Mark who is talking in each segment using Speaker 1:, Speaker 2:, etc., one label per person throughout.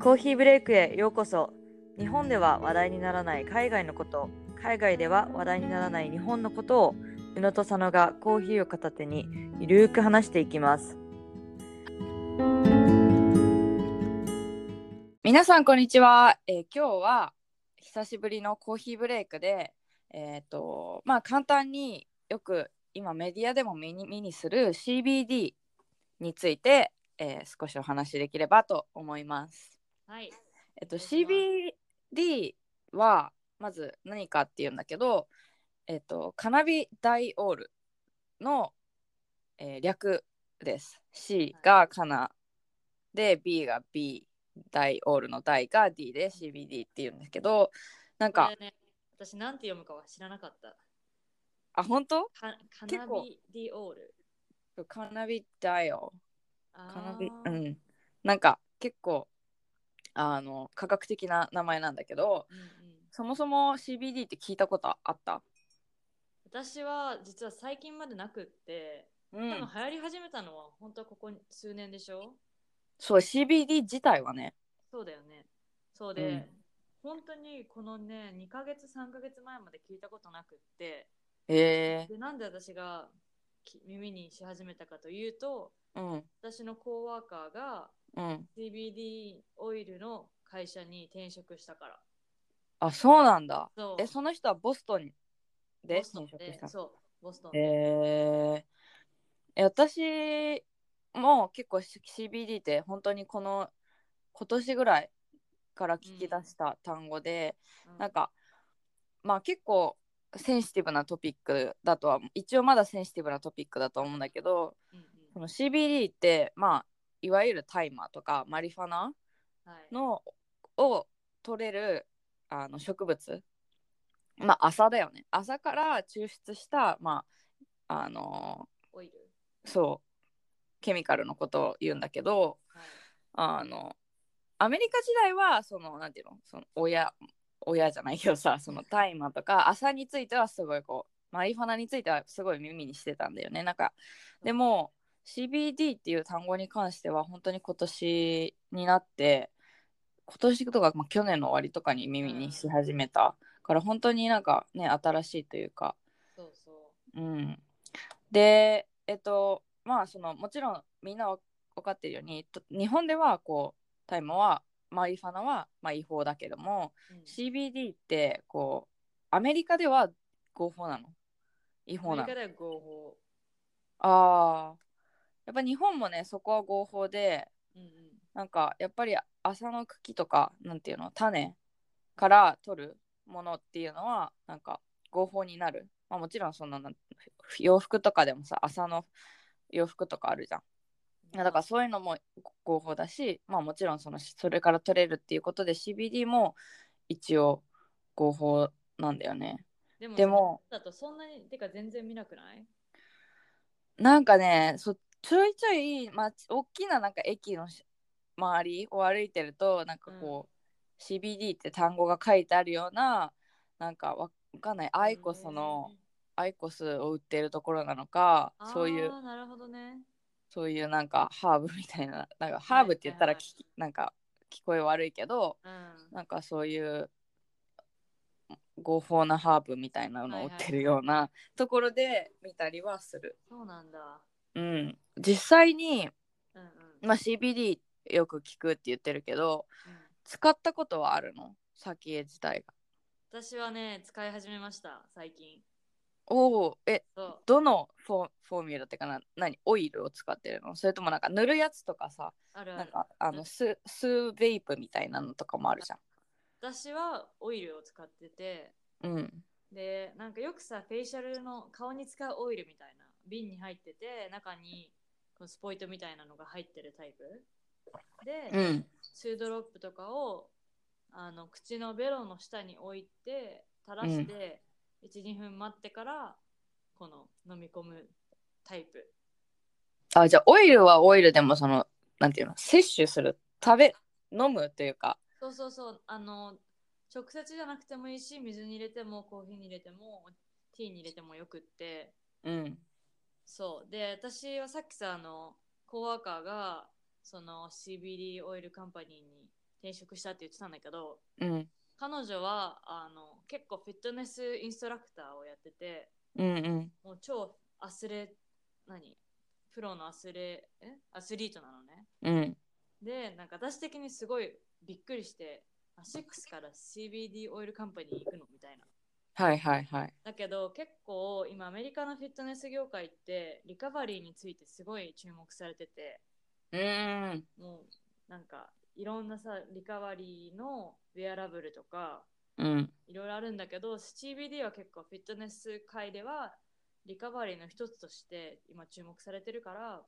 Speaker 1: コーヒーブレイクへようこそ日本では話題にならない海外のこと海外では話題にならない日本のことを宇野と佐野がコーヒーを片手にゆるーく話していきます
Speaker 2: 皆さんこんにちは、えー今日は久しぶりのコーヒーブレイクでえっ、とまあ簡単によく今メディアでも目に目にする CBD について、えー少しお話しできればと思います。
Speaker 3: はい。
Speaker 2: えっと、
Speaker 3: お願いしま
Speaker 2: CBD はまず何かっていうんだけど、えっと、カナビダイオールの、えー略です。C がカナで B が B ダイオールのダイが D で CBD っていうんだけどなん
Speaker 3: こ
Speaker 2: か
Speaker 3: れね、私なんて読むかは知らなかった。
Speaker 2: あ本当
Speaker 3: かカ
Speaker 2: 結
Speaker 3: ナ
Speaker 2: 構
Speaker 3: ビディオール。
Speaker 2: カナビダイオ
Speaker 3: カ
Speaker 2: カナビうんなんか結構あの科学的な名前なんだけど
Speaker 3: うんうん
Speaker 2: そもそも CBD って聞いたことあった、
Speaker 3: 私は実は最近までなくって、
Speaker 2: う
Speaker 3: 多分流、行り始めたのは本当はここ数年でしょ
Speaker 2: そう CBD 自体はね
Speaker 3: そうだよね。そうで、
Speaker 2: うん
Speaker 3: 本当にこのね、2ヶ月、3ヶ月前まで聞いたことなくって、
Speaker 2: え
Speaker 3: で、なんで私がき耳にし始めたかというと、
Speaker 2: ー、うん
Speaker 3: 私のコーワーカーが
Speaker 2: うん
Speaker 3: CBD オイルの会社に転職したから。
Speaker 2: あそうなんだ
Speaker 3: そう
Speaker 2: えその人はボストンで
Speaker 3: ボストン
Speaker 2: 転職
Speaker 3: で
Speaker 2: したの
Speaker 3: そう、ボストンで。
Speaker 2: えー、え私も結構 CBD って本当にこの今年ぐらいから聞き出した単語で、
Speaker 3: う
Speaker 2: なんかまあ結構センシティブなトピックだとは一応まだセンシティブなトピックだと思うんだけど
Speaker 3: うんうん
Speaker 2: その CBD ってまあいわゆる大麻とかマリファナ、
Speaker 3: はい、
Speaker 2: のを取れるあの植物まあ朝だよね朝から抽出したまああの
Speaker 3: オイル。
Speaker 2: そうケミカルのことを言うんだけど
Speaker 3: はい、
Speaker 2: あのアメリカ時代はそのなんていうのその親親じゃないけどさその大麻とか朝についてはすごいこうマリファナについてはすごい耳にしてたんだよねなんかでも CBD っていう単語に関しては本当に今年になって今年とか、まあ、去年の終わりとかに耳にし始めたから本当になんかね新しいというか
Speaker 3: そうそ
Speaker 2: うん、でえっとまあそのもちろんみんなわ分かってるようにと日本ではこう大麻はマリファナはまあ違法だけども
Speaker 3: う。うん、
Speaker 2: CBD ってこうアメリカでは合法なの違
Speaker 3: ア
Speaker 2: 法
Speaker 3: メ
Speaker 2: な
Speaker 3: リ
Speaker 2: の
Speaker 3: カでは合法。
Speaker 2: あーやっぱ日本もねそこは合法で
Speaker 3: うんうん、
Speaker 2: なんかやっぱり麻の茎とかなんていうの種から取るものっていうのはなんか合法になる、まあ、もちろんそんななん洋服とかでもさ麻の洋服とかあるじゃんだからそういうのも合法だし、まあ、もちろんそのそれから取れるっていうことで CBD も一応合法なんだよね
Speaker 3: でも
Speaker 2: でも
Speaker 3: それだとそんなに、てか全然見なくない
Speaker 2: なんかねそちょいちょい、まあ、大きななんか駅のし周りを歩いてるとなんかこう、CBD って単語が書いてあるようななんかわわかんないアイコスの、アイコスを売ってるところなのか
Speaker 3: うん
Speaker 2: そういう
Speaker 3: あーなるほどね。
Speaker 2: そういうなんかハーブみたいななんかハーブって言ったら聞き、なんか聞こえ悪いけど
Speaker 3: うん。
Speaker 2: なんかそういう合法なハーブみたいなのを売ってるようなところで見たりはする。
Speaker 3: そうなんだ。
Speaker 2: うん、実際に、
Speaker 3: うんうん。
Speaker 2: まあ、CBD よく聞くって言ってるけど
Speaker 3: うん
Speaker 2: 使ったことはあるの先へ自体が。
Speaker 3: 私はね、使い始めました、最近。
Speaker 2: おおえ
Speaker 3: そう。
Speaker 2: どのフォフォーミュラってかな何オイルを使ってるのそれともなんか塗るやつとかさ
Speaker 3: ある
Speaker 2: な
Speaker 3: あ
Speaker 2: ん
Speaker 3: る。
Speaker 2: かあのススーベイプみたいなのとかもあるじゃ
Speaker 3: 私はオイルを使ってて、
Speaker 2: ん。うん、
Speaker 3: で、なんかよくさ、フェイシャルの顔に使うオイルみたいな、瓶に入ってて、中にこのスポイトみたいなのが入ってるタイプ。で、
Speaker 2: うん
Speaker 3: ツードロップとかをあの口のベロの下に置いて垂らして12、分待ってからこの飲み込むタイプ
Speaker 2: あじゃあオイルはオイルでもそのなんていうの摂取する食べ飲むというか
Speaker 3: そうそうそうあの直接じゃなくてもいいし水に入れてもコーヒーに入れてもティーに入れてもよくって
Speaker 2: うん
Speaker 3: そうで私はさっきさあのコーワーカーがその CBD オイルカンパニーに転職したって言ってたんだけど
Speaker 2: うん
Speaker 3: 彼女はあの結構フィットネスインストラクターをやってて
Speaker 2: うんうん
Speaker 3: もう超アスレ何プロのアスレえアスリートなのね
Speaker 2: うん
Speaker 3: でなんか私的にすごいびっくりしてアシックスから CBD オイルカンパニーに行くのみたいな
Speaker 2: はいはいはい
Speaker 3: だけど結構今アメリカのフィットネス業界ってリカバリーについてすごい注目されてて
Speaker 2: うーん
Speaker 3: もうなんかいろんなさリカバリーのウェアラブルとか
Speaker 2: うん
Speaker 3: いろいろあるんだけど CBD は結構フィットネス界ではリカバリーの一つとして今注目されてるから、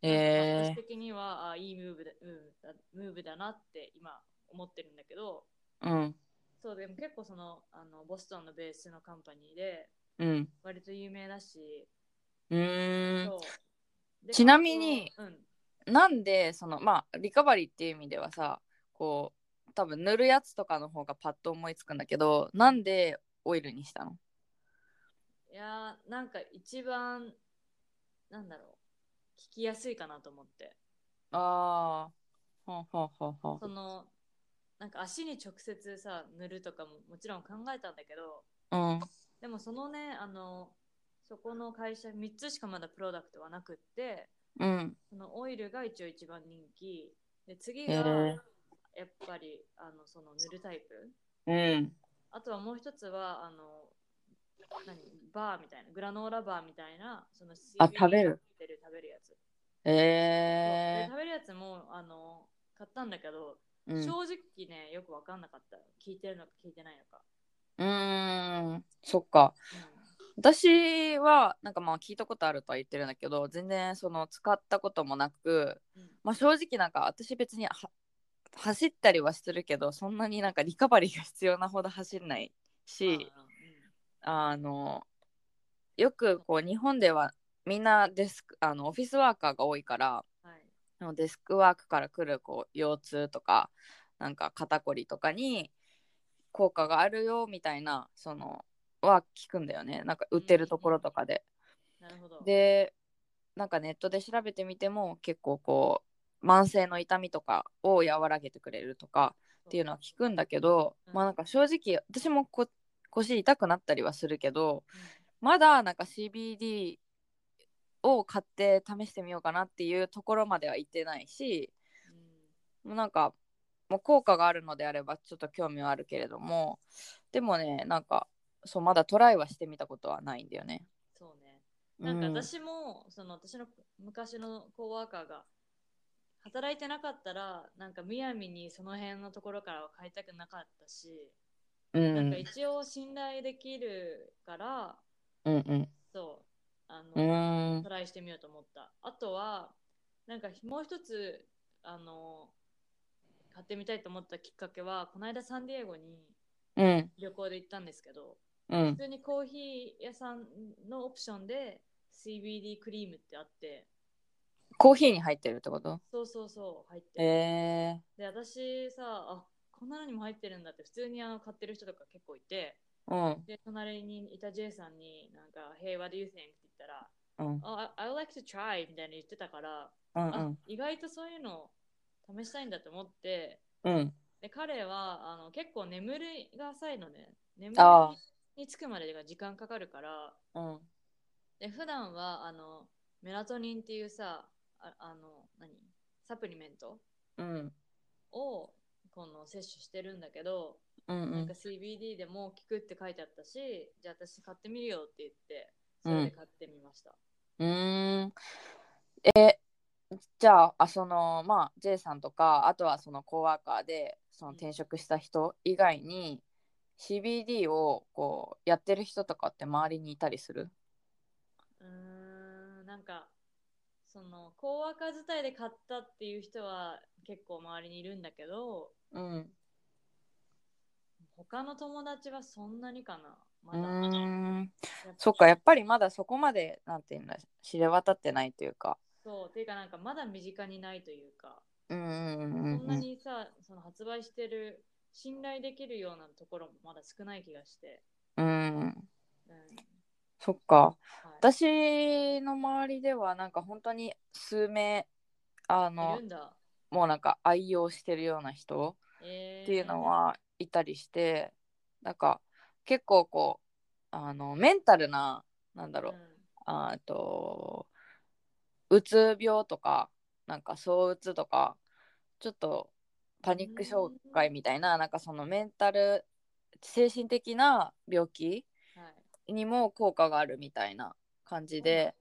Speaker 2: え
Speaker 3: 私的にはあいいムーブだムーブだムーブだなって今思ってるんだけど
Speaker 2: ー、うん
Speaker 3: そうでも結構そのあのボストンのベースのカンパニーで
Speaker 2: うん
Speaker 3: 割と有名だし、
Speaker 2: うーん
Speaker 3: そうで
Speaker 2: ちなみに
Speaker 3: 環境
Speaker 2: なんでそのまあリカバリーっていう意味ではさこう多分塗るやつとかの方がパッと思いつくんだけどなんでオイルにしたの
Speaker 3: うん、いやーなんか一番なんだろう聞きやすいかなと思って
Speaker 2: ああはははは
Speaker 3: そのなんか足に直接さ塗るとかももちろん考えたんだけど
Speaker 2: うん
Speaker 3: でもそのねあのそこの会社3つしかまだプロダクトはなくって
Speaker 2: うん
Speaker 3: そのオイルが一応一番人気で次
Speaker 2: へ
Speaker 3: が
Speaker 2: ー
Speaker 3: やっぱりあのその塗るタイプ
Speaker 2: うん
Speaker 3: あとはもう一つはあの何バーみたいなグラノーラバーみたいなその
Speaker 2: あ食べる
Speaker 3: 入ってる食べるやつ、で
Speaker 2: え
Speaker 3: 食べるやつもあの買ったんだけど、
Speaker 2: ー、うん
Speaker 3: 正直ねよく分かんなかった聞いてるのか聞いてないのか、
Speaker 2: うーんそっか
Speaker 3: う
Speaker 2: 私はなんかまあ聞いたことあるとは言ってるんだけど全然その使ったこともなく、
Speaker 3: んうん
Speaker 2: まあ、正直なんか私別には走ったりはするけどそんなになんかリカバリーが必要なほど走んないし
Speaker 3: あ
Speaker 2: あのよくこう日本ではみんなデスクあのオフィスワーカーが多いから
Speaker 3: ーうんはい
Speaker 2: あのデスクワークから来るこう腰痛とかなんか肩こりとかに効果があるよみたいなそのは聞くんだよねなんか売ってるところとかで。
Speaker 3: なるほど
Speaker 2: でなんかネットで調べてみても結構こう慢性の痛みとかを和らげてくれるとかっていうのは聞くんだけど、
Speaker 3: うん
Speaker 2: まあなんか正直私もこ腰痛くなったりはするけどまだなんか CBD を買って試してみようかなっていうところまでは行ってないし
Speaker 3: うんうん
Speaker 2: もうなんかもう効果があるのであればちょっと興味はあるけれどもでもねなんかそうまだトライはしてみたことはないんだよね。
Speaker 3: そうねなんか
Speaker 2: うん
Speaker 3: 私も、その私の昔のコワーカーが働いてなかったらなんかむやみにその辺のところからは変えたくなかったし、
Speaker 2: うん
Speaker 3: なんか一応信頼できるから
Speaker 2: うんうん
Speaker 3: そうあ
Speaker 2: う
Speaker 3: の、
Speaker 2: ーん
Speaker 3: トライしてみようと思ったあとはなんかもう一つあの買ってみたいと思ったきっかけはこの間サンディエゴに
Speaker 2: うん
Speaker 3: 旅行で行ったんですけど
Speaker 2: うん
Speaker 3: 普通にコーヒー屋さんのオプションで CBD クリームってあって
Speaker 2: コーヒーに入ってるってこと
Speaker 3: そうそうそう入ってる、
Speaker 2: え
Speaker 3: で私さあこんなのにも入ってるんだって普通にあの買ってる人とか結構いて
Speaker 2: ー、
Speaker 3: で隣にいた J さんになんか「Hey what do you think?」って言ったら「
Speaker 2: うんうん
Speaker 3: あ I, I like to try」みたいに言ってたから、
Speaker 2: うん
Speaker 3: あ意外とそういうの試したいんだと思って
Speaker 2: うんうん
Speaker 3: で彼はあの結構眠りが浅いのね眠
Speaker 2: あ
Speaker 3: りにつくまでが時間かかるから
Speaker 2: うん
Speaker 3: で普段はあのメラトニンっていうさああの何サプリメント
Speaker 2: うん
Speaker 3: をこの摂取してるんだけど、
Speaker 2: うんう
Speaker 3: なん
Speaker 2: ん
Speaker 3: か CBD でも効くって書いてあったしじゃあ私買ってみるよって言ってそれで買ってみました、
Speaker 2: うーんえじゃああそのまあ J さんとかあとはそのコワーカーでその転職した人以外に CBD をこうやってる人とかって周りにいたりする
Speaker 3: うーんなんかその高ワーカー自体で買ったっていう人は結構周りにいるんだけど
Speaker 2: うん
Speaker 3: 他の友達はそんなにかなまだ、
Speaker 2: うーん
Speaker 3: やぱ
Speaker 2: そっかやっぱりまだそこまでなんていうんだ知れ渡ってないというか
Speaker 3: そうっていうかなんかまだ身近にないというか
Speaker 2: うんうんう
Speaker 3: そ
Speaker 2: ん
Speaker 3: ん
Speaker 2: う
Speaker 3: なんにさその発売してる信頼できるようなところもまだ少ない気がして、
Speaker 2: うん
Speaker 3: うん
Speaker 2: そっか
Speaker 3: はい、
Speaker 2: 私の周りではなんか本当に数名あ
Speaker 3: い
Speaker 2: の
Speaker 3: るんだ
Speaker 2: もうなんか愛用してるような人
Speaker 3: えー
Speaker 2: っていうのはいたりしてなんか結構こうあのメンタルななんだろうあーっとうつ病とかなんか躁うつとかちょっとパニック障害みたいななんかそのメンタル精神的な病気
Speaker 3: うんはい
Speaker 2: にも効果があるみたいな感じで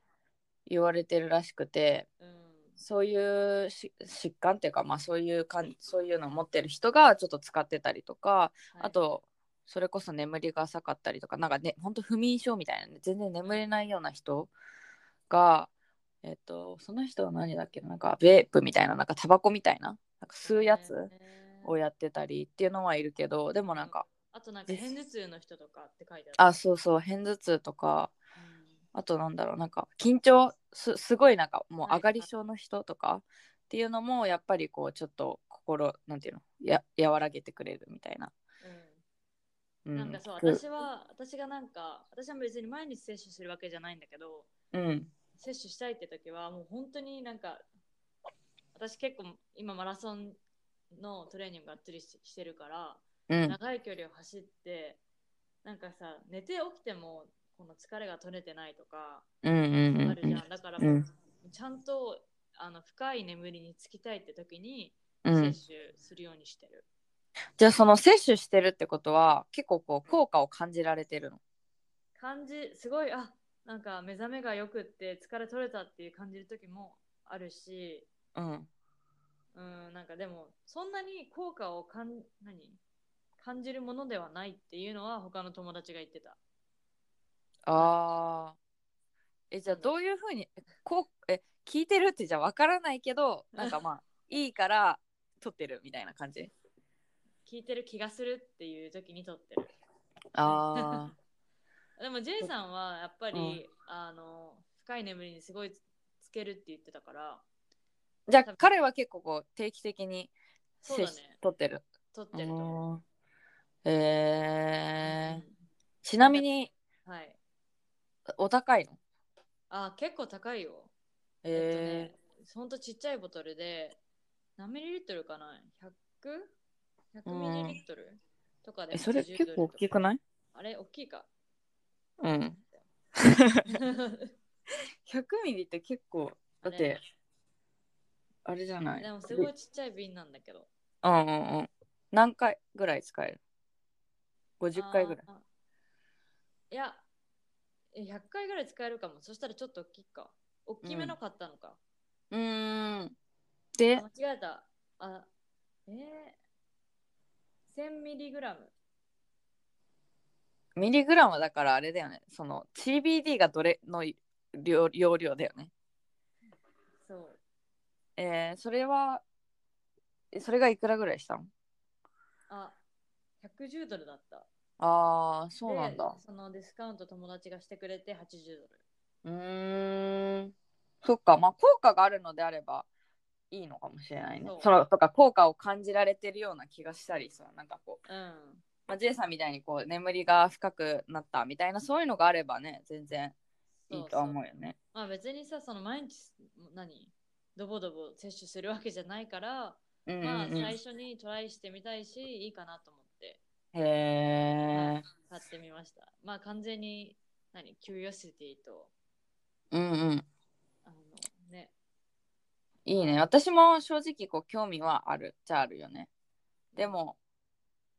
Speaker 2: 言われてるらしくて
Speaker 3: うん
Speaker 2: そういうし疾患っていうか、まあ、そういうかんそういうのを持ってる人がちょっと使ってたりとか
Speaker 3: はい
Speaker 2: あとそれこそ眠りが浅かったりとかなんかねほんと不眠症みたいなね全然眠れないような人がえっとその人は何だっけななんかベープみたいななんかタバコみたいななんか吸うやつ
Speaker 3: えー
Speaker 2: をやってたりっていうのはいるけどでもなんか
Speaker 3: あとなんか偏頭痛の人とかって書いてある
Speaker 2: あそうそう片頭痛とか
Speaker 3: うん
Speaker 2: あとなんだろうなんか緊張すすごいなんかもう
Speaker 3: はい
Speaker 2: 上がり症の人とかっていうのもやっぱりこうちょっと心なんていうのや和らげてくれるみたいな。う
Speaker 3: うん
Speaker 2: ん、
Speaker 3: なんかそう
Speaker 2: く
Speaker 3: 私は私がなんか私は別に毎日摂取するわけじゃないんだけど
Speaker 2: うん
Speaker 3: 摂取したいって時はもう本当になんか私結構今マラソンのトレーニングがっつりししてるから
Speaker 2: うん
Speaker 3: 長い距離を走ってなんかさ寝て起きてもこの疲れが取れてないとか
Speaker 2: うんうんうん
Speaker 3: あるじゃんだからもう
Speaker 2: うん
Speaker 3: ちゃんとあの深い眠りにつきたいって時に
Speaker 2: う
Speaker 3: 摂
Speaker 2: ん
Speaker 3: 取するようにしてる、
Speaker 2: じゃあその摂取してるってことは結構こう効果を感じられてるの
Speaker 3: 感じすごいあなんか目覚めがよくって疲れ取れたっていう感じる時もあるし
Speaker 2: うん
Speaker 3: うんなんかでもそんなに効果をかん何感じるものではないっていうのは他の友達が言ってた
Speaker 2: あーえじゃあどういうふうにこうえ聞いてるってじゃあわからないけどなんかまあいいから撮ってるみたいな感じ
Speaker 3: 聞いてる気がするっていう時にとってる
Speaker 2: あ
Speaker 3: でもジェイさんはやっぱり、
Speaker 2: うん
Speaker 3: あの深い眠りにすごいつつけるって言ってたから
Speaker 2: ーじゃあ彼は結構こう定期的に
Speaker 3: そうだね
Speaker 2: 摂取撮ってる
Speaker 3: とってると思う、
Speaker 2: うんえーちなみに
Speaker 3: うんはい
Speaker 2: お高いの
Speaker 3: あ結構高いよえ
Speaker 2: え
Speaker 3: っとね、ほんとちっちゃいボトルで何ミリリットルかな 100?100
Speaker 2: う
Speaker 3: ミ
Speaker 2: ん
Speaker 3: リリットルとか
Speaker 2: ー
Speaker 3: で
Speaker 2: えそれ
Speaker 3: 80
Speaker 2: 結構大き
Speaker 3: ドル
Speaker 2: く
Speaker 3: とか
Speaker 2: ない
Speaker 3: あれ大きい か
Speaker 2: うん100ミリって結構だってあれじゃない
Speaker 3: でもすごいちっちゃい瓶なんだけど
Speaker 2: うんうんうん何回ぐらい使える ?50 回ぐらい
Speaker 3: あーいやえ100回ぐらい使えるかもそしたらちょっと大きいか大きめの買ったのか、
Speaker 2: うーんで
Speaker 3: あ間違えたあえー、1000ミリグラム
Speaker 2: ミリグラムだからあれだよねその CBD がどれの量容量だよね
Speaker 3: そう
Speaker 2: えー、それはえそれがいくらぐらいしたの
Speaker 3: あ110ドルだった
Speaker 2: ああそうなんだ
Speaker 3: でそのディスカウント友達がしてくれて80ドル。
Speaker 2: うーんそっかまあ効果があるのであればいいのかもしれないね
Speaker 3: そう
Speaker 2: そのとか効果を感じられてるような気がしたりそうなんかこう
Speaker 3: うん。
Speaker 2: まあ、J さんみたいにこう眠りが深くなったみたいなそういうのがあればね全然いいとは思うよね。
Speaker 3: まあ別にさ、その毎日、何ドボドボ摂取するわけじゃないから、
Speaker 2: うんうん
Speaker 3: まあ
Speaker 2: うん
Speaker 3: 最初にトライしてみたいし、いいかなと思って
Speaker 2: へえ。
Speaker 3: 買ってみました。まあ完全に、何キュリオシティと、
Speaker 2: うんうん。
Speaker 3: あのね、
Speaker 2: いいね。私も正直こう興味はあるじゃあるよね。でも、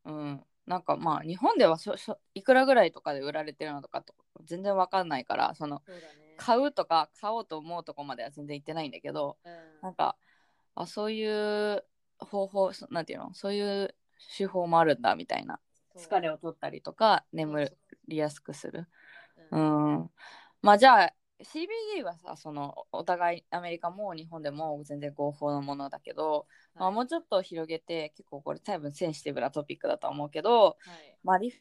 Speaker 2: うん。なんかまあ日本ではしょしょいくらぐらいとかで売られてるのとかと全然わかんないからその
Speaker 3: そうだね。
Speaker 2: 買うとか買おうと思うとこまでは全然行ってないんだけど
Speaker 3: うん
Speaker 2: なんかあそういう方法そなんていうのそういう手法もあるんだみたいな
Speaker 3: そう
Speaker 2: 疲れを取ったりとか
Speaker 3: そう
Speaker 2: 眠
Speaker 3: そう
Speaker 2: りやすくする。
Speaker 3: う
Speaker 2: うんん。まあじゃあ CBD はさそのお互いアメリカも日本でも全然合法のものだけど、まあ、もうちょっと広げて結構これ多分センシティブなトピックだと思うけど、
Speaker 3: はい。
Speaker 2: まあ、リフっ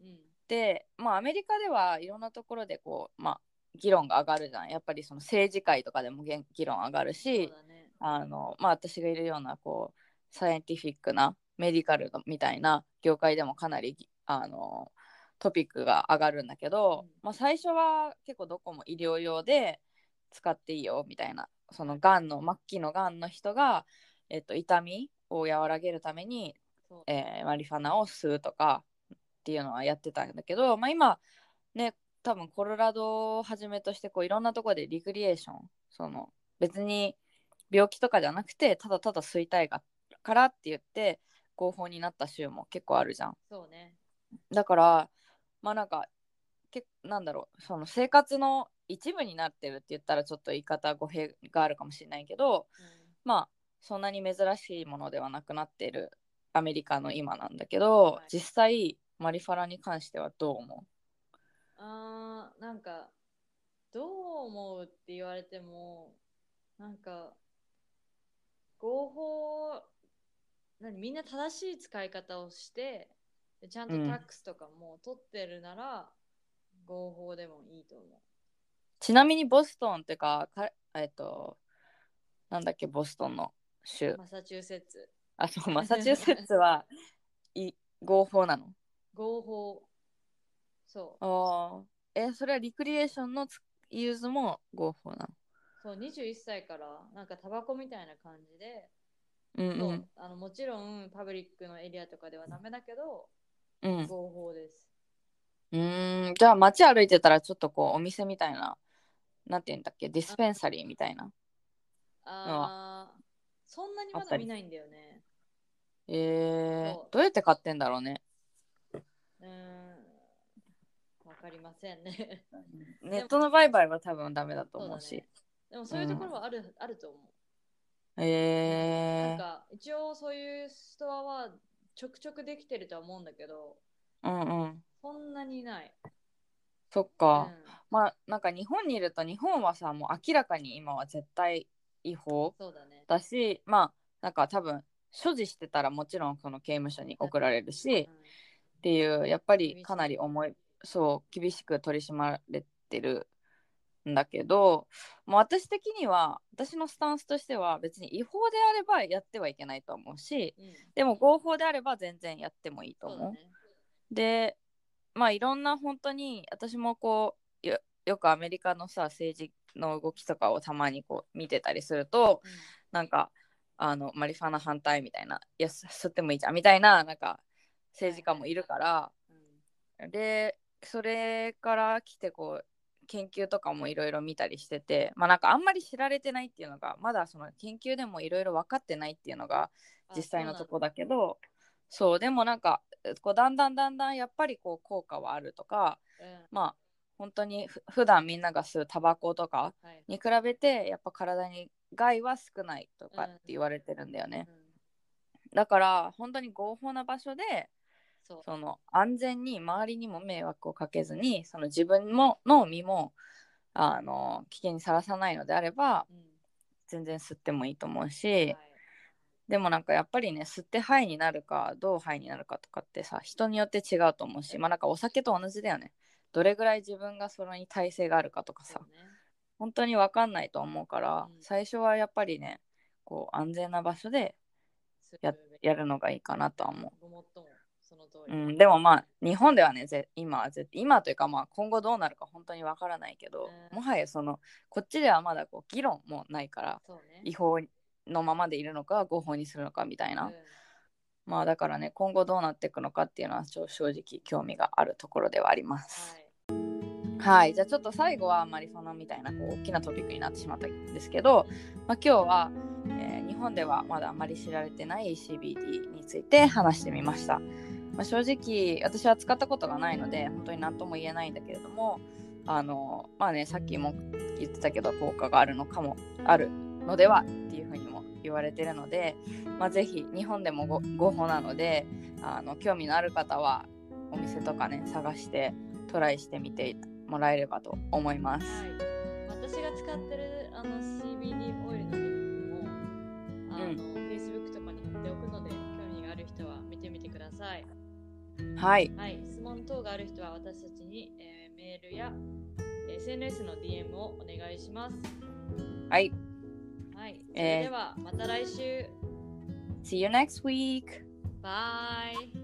Speaker 3: うん。
Speaker 2: て、まあ、アメリカではいろんなところでこう、まあ、議論が上がるじゃんやっぱりその政治界とかでもげん議論上がる
Speaker 3: そう
Speaker 2: し、
Speaker 3: だね。
Speaker 2: あのまあ私がいるようなこうサイエンティフィックなメディカルのみたいな業界でもかなりぎあのトピックが上がるんだけ
Speaker 3: う
Speaker 2: ど、
Speaker 3: ん
Speaker 2: まあ、最初は結構どこも医療用で使っていいよみたいなそのがんの末期のがんの人が、えっと、痛みを和らげるために、
Speaker 3: そう
Speaker 2: えーマリファナを吸うとかっていうのはやってたんだけど、まあ、今ね多分コロラドをはじめとしてこういろんなところでリクリエーションその別に病気とかじゃなくてただただ吸いたいがからって言って合法になった州も結構あるじゃん。
Speaker 3: そうね。
Speaker 2: だからまあなんかけなんだろうその生活の一部になってるって言ったらちょっと言い方語弊があるかもしれないけどまあそんなに珍しいものではなくなっているアメリカの今なんだけど、
Speaker 3: はい
Speaker 2: 実際マリファラに関してはどう思
Speaker 3: うん、あーなんかどう思うって言われてもなんか合法何みんな正しい使い方をしてでちゃんと
Speaker 2: うん
Speaker 3: タックスとかも取ってるなら、合法でもいいと思う。
Speaker 2: うちなみにボストンっていうかかえっとなんだっけボストンの州
Speaker 3: マサチューセッツ
Speaker 2: あそうマサチューセッツはい合 法なの
Speaker 3: 合法そう
Speaker 2: ああえそれはリクリエーションのつユーズも合法な
Speaker 3: そう21歳からなんかタバコみたいな感じで、
Speaker 2: のうんう
Speaker 3: そうんあのもちろんパブリックのエリアとかではダメだけど
Speaker 2: うん
Speaker 3: 合法です
Speaker 2: うーんじゃあ街歩いてたらちょっとこうお店みたいななんて言うんだっけディスペンサリーみたいな
Speaker 3: あーそんなにま
Speaker 2: あっ
Speaker 3: だ
Speaker 2: たり
Speaker 3: 見ないんだよね
Speaker 2: えー
Speaker 3: そう、
Speaker 2: どうやって買ってんだろうね。
Speaker 3: うーんわかりませんね
Speaker 2: ネットの売買は多分ダメ だと思う
Speaker 3: そうだ
Speaker 2: し
Speaker 3: ね。でもそういうところはある,、あると思うなん
Speaker 2: え
Speaker 3: か一応そういうストアはちょくちょくできてるとは思うんだけど
Speaker 2: ー、うんうん。
Speaker 3: そんなにない、
Speaker 2: そっ
Speaker 3: う
Speaker 2: か。
Speaker 3: ん、
Speaker 2: まあなんか日本にいると日本はさもう明らかに今は絶対違法
Speaker 3: そうだね
Speaker 2: だし、まあなんか多分所持してたらもちろんこの刑務所に送られるし
Speaker 3: うん
Speaker 2: っていうやっぱりかなり重いそう厳しく取り締まれてるんだけど、まあ、私的には私のスタンスとしては別に違法であればやってはいけないと思うし、
Speaker 3: うん
Speaker 2: でも合法であれば全然やってもいいと
Speaker 3: そう
Speaker 2: 思う。
Speaker 3: だね
Speaker 2: でまあいろんな本当に私もこうよよくアメリカのさ政治の動きとかをたまにこう見てたりすると
Speaker 3: うん
Speaker 2: なんかあのマリファナ反対みたいないや吸吸ってもいいじゃんみたいななんか政治家もいるから
Speaker 3: うん
Speaker 2: でそれから来てこう研究とかもいろいろ見たりしててまあなんかあんまり知られてないっていうのがまだその研究でもいろいろ分かってないっていうのが
Speaker 3: あ
Speaker 2: 実際のとこ
Speaker 3: そうなんだ
Speaker 2: だけどそうでもなんかこうだんだんだんだんやっぱりこう効果はあるとか
Speaker 3: うん
Speaker 2: まあ本当にふ普段みんなが吸うタバコとか
Speaker 3: はい
Speaker 2: に比べてやっぱ体に害は少ないとかって言われてるんだよね、
Speaker 3: うん
Speaker 2: だから本当に合法な場所で
Speaker 3: そう
Speaker 2: その安全に周りにも迷惑をかけずにその自分もの身もあの危険にさらさないのであれば
Speaker 3: うん
Speaker 2: 全然吸ってもいいと思うし、
Speaker 3: はい
Speaker 2: でもなんかやっぱりね吸ってハイになるかどうハイになるかとかってさ人によって違うと思うしまあなんかお酒と同じだよねどれぐらい自分がそれに耐性があるかとか
Speaker 3: そ
Speaker 2: さ
Speaker 3: うね
Speaker 2: 本当に分かんないと思うから、
Speaker 3: うん
Speaker 2: 最初はやっぱりねこう安全な場所でやるのがいいかなとは思
Speaker 3: ごもっともその通
Speaker 2: う、
Speaker 3: り、
Speaker 2: うん、でもまあ日本ではねぜ今はぜ今というかまあ今後どうなるか本当に分からないけど、
Speaker 3: うん
Speaker 2: もはやそのこっちではまだこう議論もないから
Speaker 3: そうね
Speaker 2: 違法のままでいるのか合法にするのかみたいな、
Speaker 3: うん
Speaker 2: まあだからね今後どうなっていくのかっていうのはちょ正直興味があるところではあります。
Speaker 3: はい
Speaker 2: はいじゃあちょっと最後はマリファナみたいなこう大きなトピックになってしまったんですけど、まあ、今日は、えー日本ではまだあまり知られてない CBD について話してみました。まあ、正直私は使ったことがないので本当に何とも言えないんだけれどもあのまあねさっきも言ってたけど効果があるのかもあるのではっていうふうにも言われてるので、まあ、ぜひ日本でもご合法なのであの興味のある方はお店とかね探してトライしてみてもらえればと思います。
Speaker 3: はい、私が使ってるあの CBD オイルのリンクもあの、
Speaker 2: うん
Speaker 3: Facebook とかに貼っておくので興味がある人は見てみてください、
Speaker 2: はい、
Speaker 3: はい、質問等がある人は私たちに、えーメールや SNS の DM をお願いします
Speaker 2: はい、
Speaker 3: はい、そ
Speaker 2: えー
Speaker 3: れではまた来週、
Speaker 2: See you next week!
Speaker 3: バイ